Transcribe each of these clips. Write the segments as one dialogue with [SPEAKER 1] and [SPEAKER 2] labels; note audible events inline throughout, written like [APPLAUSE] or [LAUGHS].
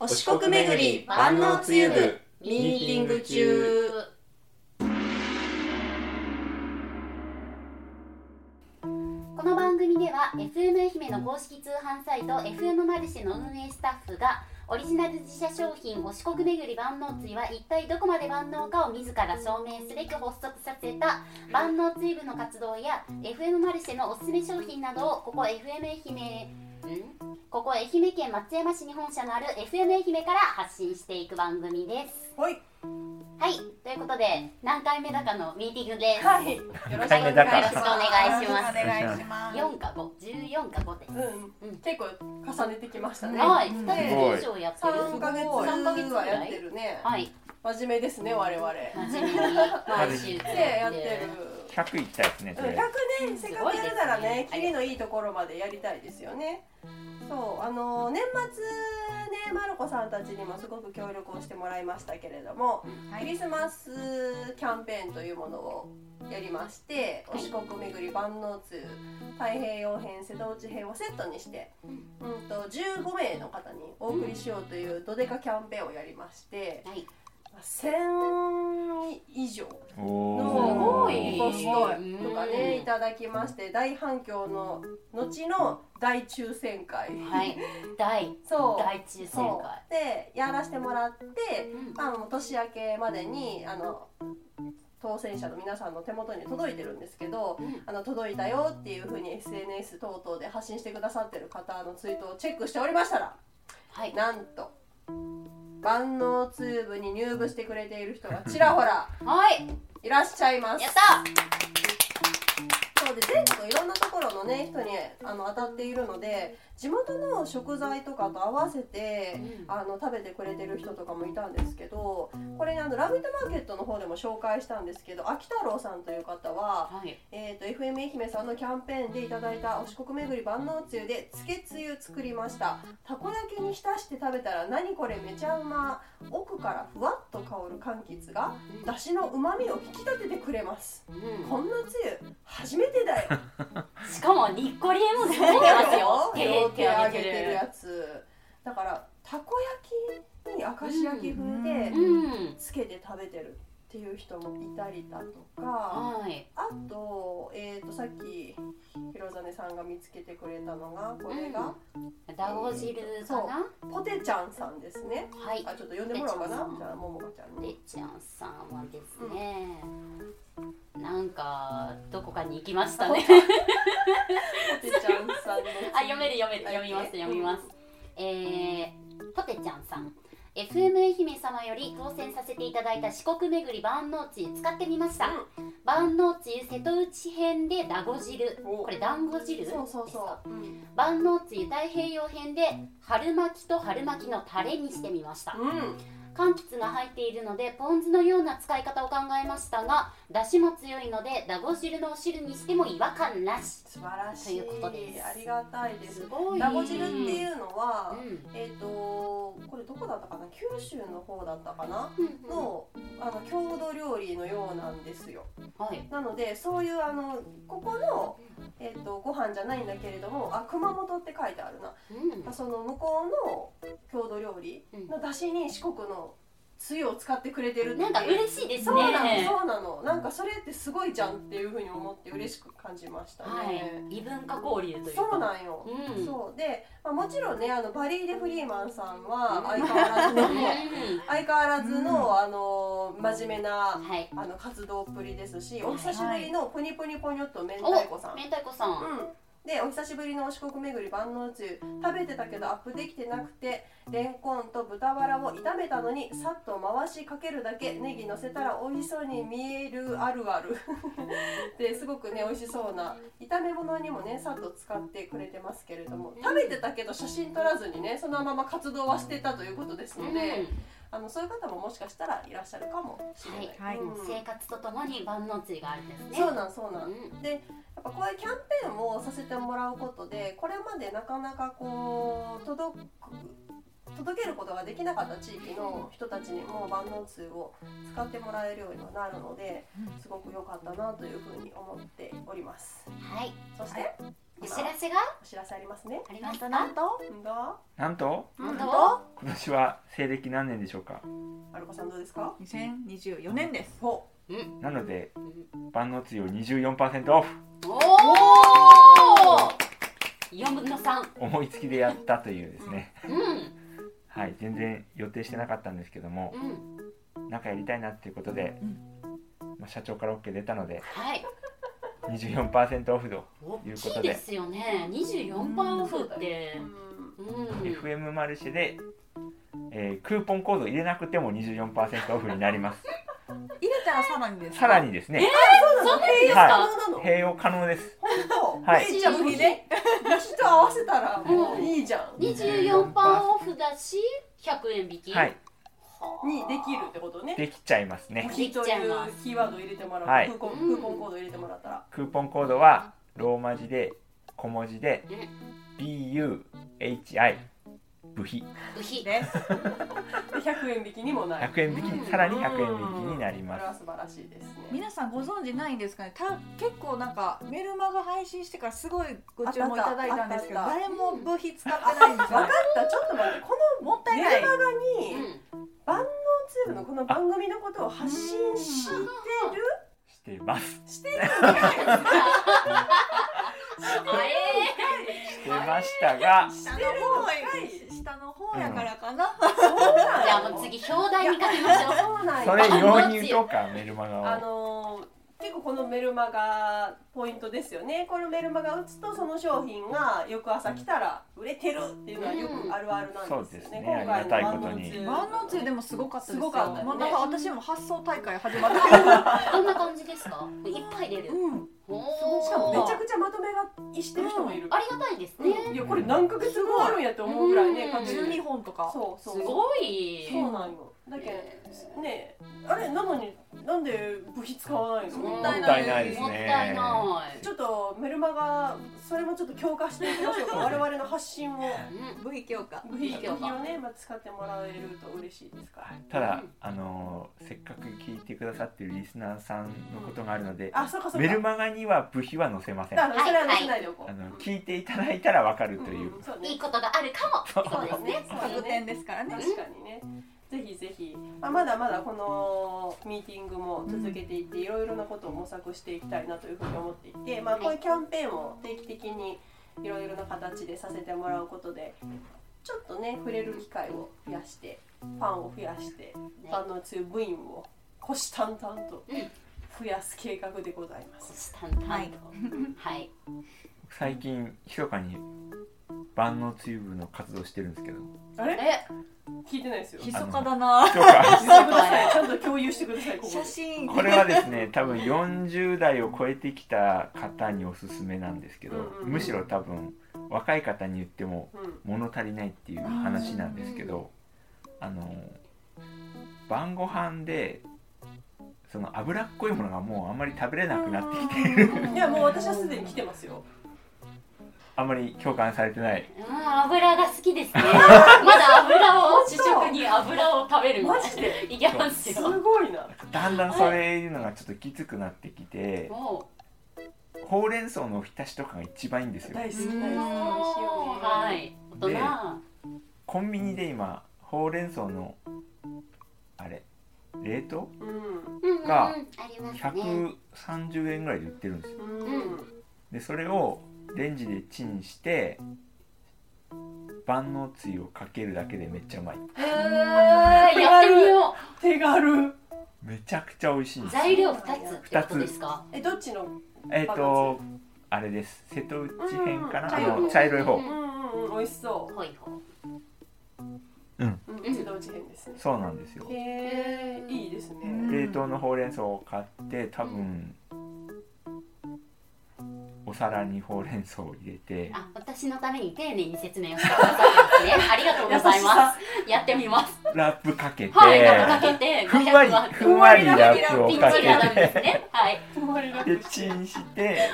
[SPEAKER 1] お四国巡り万能つゆ部ミーティング中
[SPEAKER 2] この番組では FM 愛媛の公式通販サイト FM マルシェの運営スタッフがオリジナル自社商品お四国巡り万能つゆは一体どこまで万能かを自ら証明すべく発足させた万能つゆ部の活動や FM マルシェのおすすめ商品などをここ FM 愛媛んここ愛媛県松山市に本社のある FM 愛媛から発信していく番組です。
[SPEAKER 3] はい、よ
[SPEAKER 2] はい、ということで何回目だかのミーティングです。
[SPEAKER 3] ろしくお
[SPEAKER 4] 回目だ
[SPEAKER 3] 願いしま
[SPEAKER 2] よろ
[SPEAKER 4] から
[SPEAKER 3] す。
[SPEAKER 2] しくお願いします
[SPEAKER 3] よろくお願いします。
[SPEAKER 2] 4か5、14か5です。
[SPEAKER 5] うん、結構重ねてきましたね。
[SPEAKER 2] はい、
[SPEAKER 3] うん
[SPEAKER 2] 2人以上やってる。
[SPEAKER 5] 三ヶ月
[SPEAKER 2] 三ヶ月ぐ
[SPEAKER 5] はや
[SPEAKER 2] ら
[SPEAKER 5] って
[SPEAKER 2] い。
[SPEAKER 5] るね。
[SPEAKER 2] はい、
[SPEAKER 5] 真面目ですね我々。
[SPEAKER 2] 真面目に毎週
[SPEAKER 5] でやって
[SPEAKER 4] 100いったですね
[SPEAKER 5] る。
[SPEAKER 4] そ
[SPEAKER 5] うん、
[SPEAKER 4] れ
[SPEAKER 5] 百年せっかくやるならね、キリのいいところまでやりたいですよね。そうあの年末ねマルコさんたちにもすごく協力をしてもらいましたけれども、
[SPEAKER 3] はい
[SPEAKER 5] クリスマスキャンペーンというものをやりまして、お四国巡り万能通太平洋編瀬戸内編をセットにして、うん、と15名の方にお送りしようというドデカキャンペーンをやりまして、
[SPEAKER 2] はい
[SPEAKER 5] 1000以上
[SPEAKER 4] お
[SPEAKER 5] の
[SPEAKER 4] お
[SPEAKER 2] すごい
[SPEAKER 5] ポストとか
[SPEAKER 2] う
[SPEAKER 5] ね
[SPEAKER 2] ん
[SPEAKER 5] いただきまして大反響の後の大抽選会、
[SPEAKER 2] はい、大
[SPEAKER 5] そう
[SPEAKER 2] 大抽選
[SPEAKER 5] そ
[SPEAKER 2] 会。
[SPEAKER 5] うでやらせてもらって、
[SPEAKER 2] うん
[SPEAKER 5] まあ、もう年明けまでにあの当選者の皆さんの手元に届いてるんですけど、
[SPEAKER 2] うん
[SPEAKER 5] あの届いたよっていうふうに SNS 等々で発信してくださってる方のツイートをチェックしておりましたら
[SPEAKER 2] はい、
[SPEAKER 5] なんと万能ツーブに入部してくれている人がちらほら
[SPEAKER 2] はい、
[SPEAKER 5] いらっしゃいます
[SPEAKER 2] やった。
[SPEAKER 5] そうで全国いろんなところのね人にあの当たっているので地元の食材とかと合わせて
[SPEAKER 2] うん
[SPEAKER 5] あの食べてくれてる人とかもいたんですけどこれねあの「ラビットマーケット」の方でも紹介したんですけど秋太郎さんという方は、
[SPEAKER 2] はい、
[SPEAKER 5] えー、と FM 愛媛さんのキャンペーンでいただいたお四国巡り万能つゆでつけつゆ作りましたたこ焼きに浸して食べたら何これめちゃうま奥からふわっと香る柑橘がだしのうまみを引き立ててくれます
[SPEAKER 2] うん
[SPEAKER 5] こんなつゆ初めてだよ
[SPEAKER 2] しかもにっこり絵もついてますよ。
[SPEAKER 5] 両手上げ
[SPEAKER 2] 手
[SPEAKER 5] てるやつだからたこ焼きに明石焼き風で
[SPEAKER 2] うん、
[SPEAKER 5] つけて食べてるっていう人もいたりだとか
[SPEAKER 2] はい、
[SPEAKER 5] あと,、えー、とさっき広実さんが見つけてくれたのがこれが
[SPEAKER 2] ダゴ汁かな。
[SPEAKER 5] ポテちゃんさんですね
[SPEAKER 2] はい、
[SPEAKER 5] あちょっと呼んでもらおうかな
[SPEAKER 2] ポテちゃんさん
[SPEAKER 5] じゃあももかちゃん
[SPEAKER 2] で
[SPEAKER 5] に
[SPEAKER 2] ちゃんさんはですね、なんかどこかに行きましたね。
[SPEAKER 5] ポテちゃんさんの
[SPEAKER 2] [LAUGHS] あ読める読める読みます読みます。えー、ポテちゃんさん FM 愛媛様より当選させていただいた四国巡り万能つゆ使ってみました、万能つゆ瀬戸内編でだご汁
[SPEAKER 5] お
[SPEAKER 2] これ団子汁です
[SPEAKER 5] そうそう
[SPEAKER 2] か
[SPEAKER 5] そう、うん
[SPEAKER 2] 万能つゆ太平洋編で春巻きと春巻きのタレにしてみました、柑橘が入っているのでポン酢のような使い方を考えましたがだしも強いのでだご汁のお汁にしても違和感なし
[SPEAKER 5] 素晴らしい
[SPEAKER 2] ということです
[SPEAKER 5] ありがたいです
[SPEAKER 2] ご
[SPEAKER 5] ラゴ汁っていうのは、
[SPEAKER 2] うん
[SPEAKER 5] えっ、とこれどこだったかな九州の方だったかな
[SPEAKER 2] うんうん
[SPEAKER 5] のあの郷土料理のようなんですよ
[SPEAKER 2] はい
[SPEAKER 5] なのでそういうあのここの、えー、とご飯じゃないんだけれどもあ熊本って書いてあるな
[SPEAKER 2] うん
[SPEAKER 5] その向こうの郷土料理
[SPEAKER 2] うん
[SPEAKER 5] の出汁に四国のつゆを使ってくれてるってい
[SPEAKER 2] なんか嬉しいですね。
[SPEAKER 5] そうなのそうなのなんかそれってすごいじゃんっていうふうに思って嬉しく感じましたね、
[SPEAKER 2] はい、異文化交流というか。
[SPEAKER 5] そうなんよ、
[SPEAKER 2] うん
[SPEAKER 5] そうで、まあ、もちろんねあのバリー・デ・フリーマンさんは相変わらずの
[SPEAKER 2] う
[SPEAKER 5] 相変わらずの、あの真面目なん
[SPEAKER 2] はい。
[SPEAKER 5] あの活動っぷりですしお久しぶりのポニポニポニョット明
[SPEAKER 2] お、
[SPEAKER 5] 太子さん、
[SPEAKER 2] 明太子さん。
[SPEAKER 5] うんでお久しぶりのお四国巡り万能つゆ食べてたけどアップできてなくてレンコンと豚バラを炒めたのにさっと回しかけるだけネギのせたら美味しそうに見えるある
[SPEAKER 3] [LAUGHS]
[SPEAKER 5] あるですごくね美味しそうな炒め物にもねさっと使ってくれてますけれども食べてたけど写真撮らずにねそのまま活動はしてたということですので、あのそういう方ももしかしたらいらっしゃるかもしれない。
[SPEAKER 3] はい
[SPEAKER 5] うん
[SPEAKER 2] うん生活とともに万能つゆがあるんですね。
[SPEAKER 5] そうなんそうなん、
[SPEAKER 2] うん
[SPEAKER 5] やっぱこういうキャンペーンをさせてもらうことでこれまでなかなかこう届く届けることができなかった地域の人たちにも万能通を使ってもらえるようにはなるのですごく良かったなというふうに思っております
[SPEAKER 2] はい。
[SPEAKER 5] そして
[SPEAKER 2] お
[SPEAKER 5] 今
[SPEAKER 2] 知らせが
[SPEAKER 5] お知らせありますね
[SPEAKER 2] ありますか。
[SPEAKER 3] と
[SPEAKER 5] どう
[SPEAKER 4] なんと
[SPEAKER 2] 本当
[SPEAKER 3] 本今年は西暦何年でしょうか
[SPEAKER 5] アルコさんどうですか
[SPEAKER 4] 2024年です。
[SPEAKER 5] ほ
[SPEAKER 3] なので万能つゆを24%オフ
[SPEAKER 2] おお4分の3
[SPEAKER 3] 思いつきでやったというですね、
[SPEAKER 2] うん
[SPEAKER 3] はい全然予定してなかったんですけども
[SPEAKER 2] うん
[SPEAKER 3] なんかやりたいなっていうことで、まあ、社長から OK 出たので
[SPEAKER 2] はい
[SPEAKER 3] 24%オフと
[SPEAKER 2] 大
[SPEAKER 3] いうこ
[SPEAKER 2] き
[SPEAKER 3] と
[SPEAKER 2] い
[SPEAKER 3] で
[SPEAKER 2] ですよね24番オフって
[SPEAKER 5] う、
[SPEAKER 2] うん、
[SPEAKER 3] FM マルシェで、えークーポンコード入れなくても24%オフになります
[SPEAKER 4] 入れたらさらにですか。
[SPEAKER 3] さらにですね
[SPEAKER 2] そんなにですか、
[SPEAKER 3] は
[SPEAKER 5] そうなの
[SPEAKER 3] 併用可能です
[SPEAKER 5] 本
[SPEAKER 3] はい
[SPEAKER 5] 当えじゃあ無理ね私と合わせたらもういいじゃ
[SPEAKER 2] [LAUGHS]
[SPEAKER 5] ん
[SPEAKER 2] 24パーオフだし100円引き
[SPEAKER 3] はい
[SPEAKER 2] はあ
[SPEAKER 5] にできるってことね
[SPEAKER 3] できちゃいますね
[SPEAKER 5] 無理というキーワード入れてもらう、
[SPEAKER 3] はい
[SPEAKER 5] クーポンクーポンコード入れてもらったら
[SPEAKER 3] クーポンコードはローマ字で小文字で
[SPEAKER 2] うん
[SPEAKER 3] BUHI 部費
[SPEAKER 2] 部費
[SPEAKER 4] です。
[SPEAKER 5] で100円引きにもなる
[SPEAKER 3] 100円引きにさらに100円引きになり
[SPEAKER 5] こ
[SPEAKER 3] ま
[SPEAKER 5] れ
[SPEAKER 3] す
[SPEAKER 5] は素晴らしいですね
[SPEAKER 4] 皆さんご存知ないんですかね。た結構なんかメルマガ配信してからすごいご注文いただいたんですけど、
[SPEAKER 5] あったあっ
[SPEAKER 4] 誰も部費使ってないんですよ
[SPEAKER 5] 分か。ったちょっと待ってこ
[SPEAKER 4] もったい
[SPEAKER 5] の
[SPEAKER 4] ない
[SPEAKER 5] メル。マガ
[SPEAKER 2] う
[SPEAKER 5] に
[SPEAKER 2] ん
[SPEAKER 5] ツーブのこの番組のことを発信してる
[SPEAKER 3] してます
[SPEAKER 5] してる
[SPEAKER 2] あえ
[SPEAKER 3] してましたが
[SPEAKER 5] し
[SPEAKER 4] 下
[SPEAKER 5] て
[SPEAKER 4] の
[SPEAKER 5] る
[SPEAKER 4] 方へ
[SPEAKER 5] のい
[SPEAKER 4] 下の方やからかな。
[SPEAKER 5] そう
[SPEAKER 2] ー、じゃあもう次表題にかけましょう
[SPEAKER 5] そうなん
[SPEAKER 3] そ
[SPEAKER 5] よ
[SPEAKER 3] れ用に言うとかメルマ
[SPEAKER 5] あ
[SPEAKER 3] ガを
[SPEAKER 5] のー結構このメルマガポイントですよねこのメルマガ打つとその商品が翌朝来たら売れてるっていうのはよくあるあるなんです
[SPEAKER 3] うんそうです
[SPEAKER 5] よね、今回の
[SPEAKER 3] ねありがたいことに
[SPEAKER 5] ツー
[SPEAKER 4] 万能つゆでもすごかったですよ。
[SPEAKER 5] すごかったね
[SPEAKER 4] もうなんか私も発想大会始まってる。
[SPEAKER 2] どんな感じですかいっぱい出 [LAUGHS] る
[SPEAKER 4] うん。
[SPEAKER 2] おー
[SPEAKER 5] しかもめちゃくちゃまとめ買いしてる人もいる、
[SPEAKER 2] ありがたいですね、
[SPEAKER 5] うんいやこれ何ヶ月後あるんやと思うぐらいね
[SPEAKER 2] うん
[SPEAKER 5] 確実
[SPEAKER 4] 12本とか。
[SPEAKER 5] そうそう
[SPEAKER 2] すごい
[SPEAKER 5] そうなんよだけどねあれなのになんで部費使わないの
[SPEAKER 2] も
[SPEAKER 3] も
[SPEAKER 2] っ
[SPEAKER 3] ったた
[SPEAKER 2] い
[SPEAKER 3] い
[SPEAKER 2] な
[SPEAKER 3] ない
[SPEAKER 2] で
[SPEAKER 3] いです
[SPEAKER 2] ね
[SPEAKER 3] すね
[SPEAKER 5] ちょっとメルマガそれもちょっと強化していきましょうか [LAUGHS] 我々の発信を
[SPEAKER 2] うん
[SPEAKER 4] 部費強化。
[SPEAKER 5] 部費部費をね、まあ、使ってもらえると嬉しいですから
[SPEAKER 3] ただあのーせっかく聞いてくださってるリスナーさんのことがあるので
[SPEAKER 5] あそうかそうか
[SPEAKER 3] メルマガには部費は載せません
[SPEAKER 5] だ
[SPEAKER 3] あ
[SPEAKER 5] からそれは載せないでおこう、
[SPEAKER 3] の聞いていただいたらわかるという
[SPEAKER 5] うんそうね
[SPEAKER 2] いいことがあるかもってことですね
[SPEAKER 5] そう
[SPEAKER 4] 特
[SPEAKER 5] ね
[SPEAKER 4] 典ですからね。
[SPEAKER 5] 確かにねぜひぜひ、まあ、まだまだこのミーティングも続けていっていろいろなことを模索していきたいなというふうに思っていて、まあ、こういうキャンペーンを定期的にいろいろな形でさせてもらうことでちょっとね触れる機会を増やしてファンを増やして
[SPEAKER 2] ね
[SPEAKER 5] 万能通部員を虎視眈々と増やす計画でございます。
[SPEAKER 2] 腰たんたんと
[SPEAKER 4] は
[SPEAKER 2] はい
[SPEAKER 4] い、
[SPEAKER 3] 最近密かに万能つゆ部の活動してるんですけど
[SPEAKER 5] あれ
[SPEAKER 2] え
[SPEAKER 5] 聞いてないですよ。
[SPEAKER 4] ひそかだな。
[SPEAKER 3] そうか
[SPEAKER 5] 言ってください。ちゃんと共有してください。ここで
[SPEAKER 4] 写真。
[SPEAKER 3] これ
[SPEAKER 4] [LAUGHS]
[SPEAKER 3] はです
[SPEAKER 5] [LAUGHS]
[SPEAKER 3] ね多分40代を超えてきた方におすすめなんですけど、
[SPEAKER 5] うんうん
[SPEAKER 3] むしろ多分若い方に言っても
[SPEAKER 5] うん。
[SPEAKER 3] 物足りないっていう話なんですけど、あの晩ご飯でその脂っこいものがもうあんまり食べれなくなってきて
[SPEAKER 5] [LAUGHS] いやもう私はすでに来てますよ。
[SPEAKER 3] あんまり共感されてない
[SPEAKER 2] うん油が好きです [LAUGHS] ねまだ油を主食に油を食べるみ
[SPEAKER 5] マ
[SPEAKER 2] た
[SPEAKER 5] ジ
[SPEAKER 2] い
[SPEAKER 5] で。
[SPEAKER 2] ないけます
[SPEAKER 5] す
[SPEAKER 2] よ
[SPEAKER 5] ごいな。
[SPEAKER 3] だんだんそれいうのがちょっときつくなってきて
[SPEAKER 2] も
[SPEAKER 3] ほうれん草のお浸しとかが一番いいんですよ
[SPEAKER 5] 大好き大好き美
[SPEAKER 2] う
[SPEAKER 5] 味しいよね。
[SPEAKER 2] はい大人
[SPEAKER 3] でコンビニで今ほうれん草のあれ冷凍
[SPEAKER 5] うん。
[SPEAKER 2] うんうんうん
[SPEAKER 3] が
[SPEAKER 2] ありますね
[SPEAKER 3] 130円ぐらいで売ってるんですよ
[SPEAKER 5] うん。
[SPEAKER 3] でそれをレンジでチンして万能つゆをかけるだけでめっちゃうまい
[SPEAKER 2] へーやってみよ
[SPEAKER 5] 手軽。
[SPEAKER 3] めちゃくちゃ美味しいん
[SPEAKER 2] う
[SPEAKER 3] です
[SPEAKER 2] 材料二つってことですか
[SPEAKER 5] えどっちの？うん
[SPEAKER 3] えっ、とあれです瀬戸内編かな、あ
[SPEAKER 5] うん
[SPEAKER 3] の茶色い方
[SPEAKER 2] うん
[SPEAKER 5] うんうん美味しそ。
[SPEAKER 2] ほいほいう
[SPEAKER 5] うん。自動自変ですね。
[SPEAKER 3] そうなんですよ
[SPEAKER 5] へえいいですね。
[SPEAKER 3] 冷凍のほうれん草を買って多分お皿にほうれん草を入れて
[SPEAKER 2] あ、私のために丁寧に説明をしてくださったんですね。ありがとうございます。やってみます。
[SPEAKER 3] ラップかけて、
[SPEAKER 2] はい、ラップかけて、
[SPEAKER 3] ふんわり
[SPEAKER 2] 500ワッ
[SPEAKER 3] ふんわりラップ
[SPEAKER 2] ト
[SPEAKER 3] を
[SPEAKER 2] ピン
[SPEAKER 3] か
[SPEAKER 2] チラなんで
[SPEAKER 3] け
[SPEAKER 2] すね。はい。
[SPEAKER 5] ふんわりだ
[SPEAKER 3] てでチンして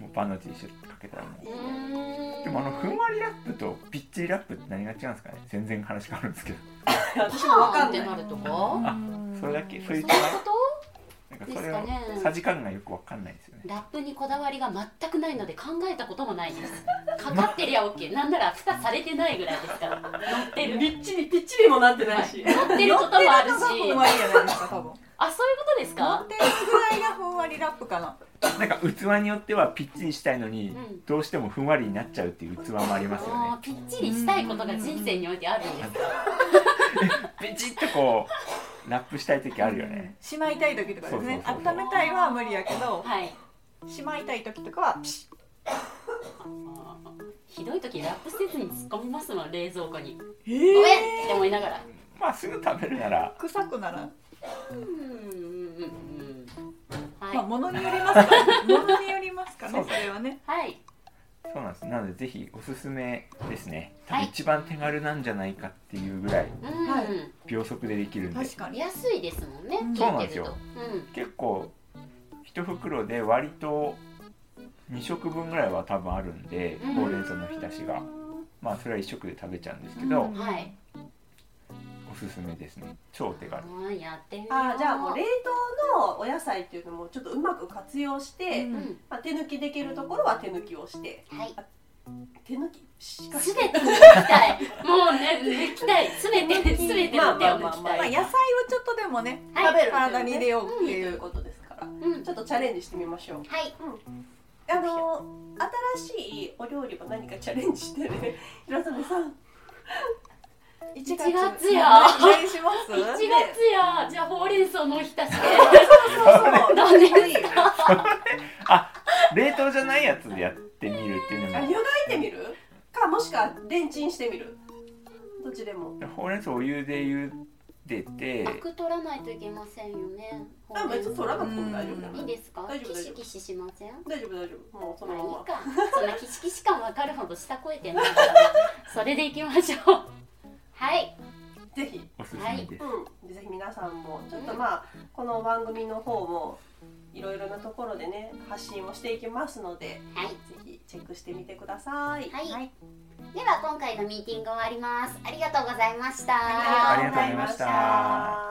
[SPEAKER 3] もうバナナと一緒にかけたらもう
[SPEAKER 2] うーん
[SPEAKER 3] でもあのふんわりラップとびっちりラップって何が違うんですかね全然話変わるんですけど
[SPEAKER 5] 私もわ
[SPEAKER 2] パーン
[SPEAKER 5] か
[SPEAKER 2] っ
[SPEAKER 5] ん
[SPEAKER 2] て
[SPEAKER 5] ない。
[SPEAKER 2] なるとこ
[SPEAKER 3] それだけそう
[SPEAKER 2] そう
[SPEAKER 3] い
[SPEAKER 2] いうう
[SPEAKER 3] 違
[SPEAKER 2] こ
[SPEAKER 3] いなんか
[SPEAKER 2] とで
[SPEAKER 3] そ
[SPEAKER 2] す
[SPEAKER 3] れ
[SPEAKER 2] か
[SPEAKER 3] を
[SPEAKER 2] ね。
[SPEAKER 3] さじ加減がよくわかんないですよね
[SPEAKER 2] ラップにこだわりが全くないので考えたこともないです。かかってりゃ OK。なんなら蓋されてないぐらいですから。乗ってって
[SPEAKER 5] [LAUGHS]
[SPEAKER 2] る
[SPEAKER 1] びっちりぴっちりもなってないし
[SPEAKER 2] 乗ってることもあるし
[SPEAKER 4] 乗ってるのがふんわりじゃないですか多分
[SPEAKER 2] あそういうことです
[SPEAKER 4] 乗
[SPEAKER 2] か
[SPEAKER 4] ってるぐらいがふんわりラップかな
[SPEAKER 3] なんか器によってはピッチリしたいのに、
[SPEAKER 2] うん
[SPEAKER 3] どうしてもふんわりになっちゃうっていう器もありますよ
[SPEAKER 2] あ
[SPEAKER 3] ね
[SPEAKER 2] ーぴっちりしたいことが人生においてあるんです
[SPEAKER 3] ピチッとこうラップしたい時あるよね
[SPEAKER 4] しまいたい時とかですね
[SPEAKER 3] そうそうそう
[SPEAKER 4] 温めたいは無理やけど
[SPEAKER 2] はい
[SPEAKER 4] しまいたい時とかはピシ
[SPEAKER 2] あーひどい時ラップせずに突っ込みますもん冷蔵庫に
[SPEAKER 4] ッ
[SPEAKER 2] ご
[SPEAKER 4] え
[SPEAKER 2] めんって思いながら
[SPEAKER 3] まあすぐ食べるなら
[SPEAKER 4] 臭くならん、
[SPEAKER 2] うーんはい
[SPEAKER 4] まあ物によります
[SPEAKER 3] [LAUGHS]
[SPEAKER 4] から物によりますからねそれはね
[SPEAKER 2] はい
[SPEAKER 3] そうなんですなのでぜひおすすめですね多
[SPEAKER 2] はい
[SPEAKER 3] 分一番手軽なんじゃないかっていうぐらい
[SPEAKER 2] うん、
[SPEAKER 5] はい
[SPEAKER 3] 秒速でできるんで
[SPEAKER 4] 確かに
[SPEAKER 2] 安いですもんね、
[SPEAKER 4] うん
[SPEAKER 2] 聞
[SPEAKER 3] そうなん
[SPEAKER 2] いて
[SPEAKER 3] です
[SPEAKER 2] る
[SPEAKER 3] よ
[SPEAKER 2] と
[SPEAKER 3] 結構一袋で割と2食分ぐらいは多分あるんで、
[SPEAKER 2] うん
[SPEAKER 3] ほうれん草の浸しがまあそれは1食で食べちゃうんですけど、
[SPEAKER 4] う
[SPEAKER 2] うん
[SPEAKER 4] ん
[SPEAKER 2] はい
[SPEAKER 3] おすすめですね超手軽
[SPEAKER 2] うんやってみよう
[SPEAKER 5] あーじゃあもう冷凍のお野菜っていうのもちょっとうまく活用して、
[SPEAKER 4] うん
[SPEAKER 5] まあ、手抜きできるところは手抜きをして
[SPEAKER 2] うんはい
[SPEAKER 5] 手抜きしか
[SPEAKER 2] す
[SPEAKER 5] し
[SPEAKER 2] べてに抜きたいもうね抜きたいすべてすべての手を抜
[SPEAKER 5] まあまあ
[SPEAKER 2] き
[SPEAKER 5] まあ
[SPEAKER 4] まあ
[SPEAKER 2] た
[SPEAKER 4] 野
[SPEAKER 2] い
[SPEAKER 4] 菜をちょっとでもね
[SPEAKER 2] はい
[SPEAKER 5] 食べる
[SPEAKER 4] 体に入れようっ
[SPEAKER 5] と
[SPEAKER 4] て
[SPEAKER 5] いいと
[SPEAKER 4] い
[SPEAKER 5] いう
[SPEAKER 4] う
[SPEAKER 5] ことですから
[SPEAKER 2] うん
[SPEAKER 5] ちょっとチャレンジしてみましょう
[SPEAKER 2] はい
[SPEAKER 5] あの新しいお料理も何かチャレンジして [LAUGHS] ね平染さん
[SPEAKER 4] 1
[SPEAKER 2] 月や
[SPEAKER 4] 何します
[SPEAKER 2] 1月やじゃあほうれん草のおひたしで
[SPEAKER 5] そう
[SPEAKER 2] 何です
[SPEAKER 5] いいよ
[SPEAKER 2] [LAUGHS]
[SPEAKER 3] 冷凍じゃないやつでやってみるっていう
[SPEAKER 5] あ
[SPEAKER 3] の
[SPEAKER 5] 湯がいてみるかもしくはレンチンしてみるどっちでも
[SPEAKER 3] もほうれん草お湯で茹でて
[SPEAKER 2] アク取らないといけませんよねほ
[SPEAKER 5] あ
[SPEAKER 2] うれん
[SPEAKER 5] 別
[SPEAKER 2] 草
[SPEAKER 5] に取らなくても大丈夫だよ
[SPEAKER 2] いいですか
[SPEAKER 5] 大丈夫
[SPEAKER 2] キ
[SPEAKER 5] 大丈
[SPEAKER 2] シ
[SPEAKER 5] 夫
[SPEAKER 2] キシしません
[SPEAKER 5] 大丈夫大丈夫もうそ
[SPEAKER 2] まあ
[SPEAKER 5] の
[SPEAKER 2] いい
[SPEAKER 5] まま
[SPEAKER 2] かそんなキシキシ感わかるほど下超えてないからねそれでいきましょうはい
[SPEAKER 5] ぜひ
[SPEAKER 3] おすすめです、
[SPEAKER 5] うん、ぜひ皆さんもちょっとまあこの番組の方もいろいろなところでね発信をしていきますので
[SPEAKER 2] はい
[SPEAKER 5] ぜひチェックしてみてください。
[SPEAKER 2] はい、では今回のミーティング終わりますありがとうございました
[SPEAKER 3] ありがとうございました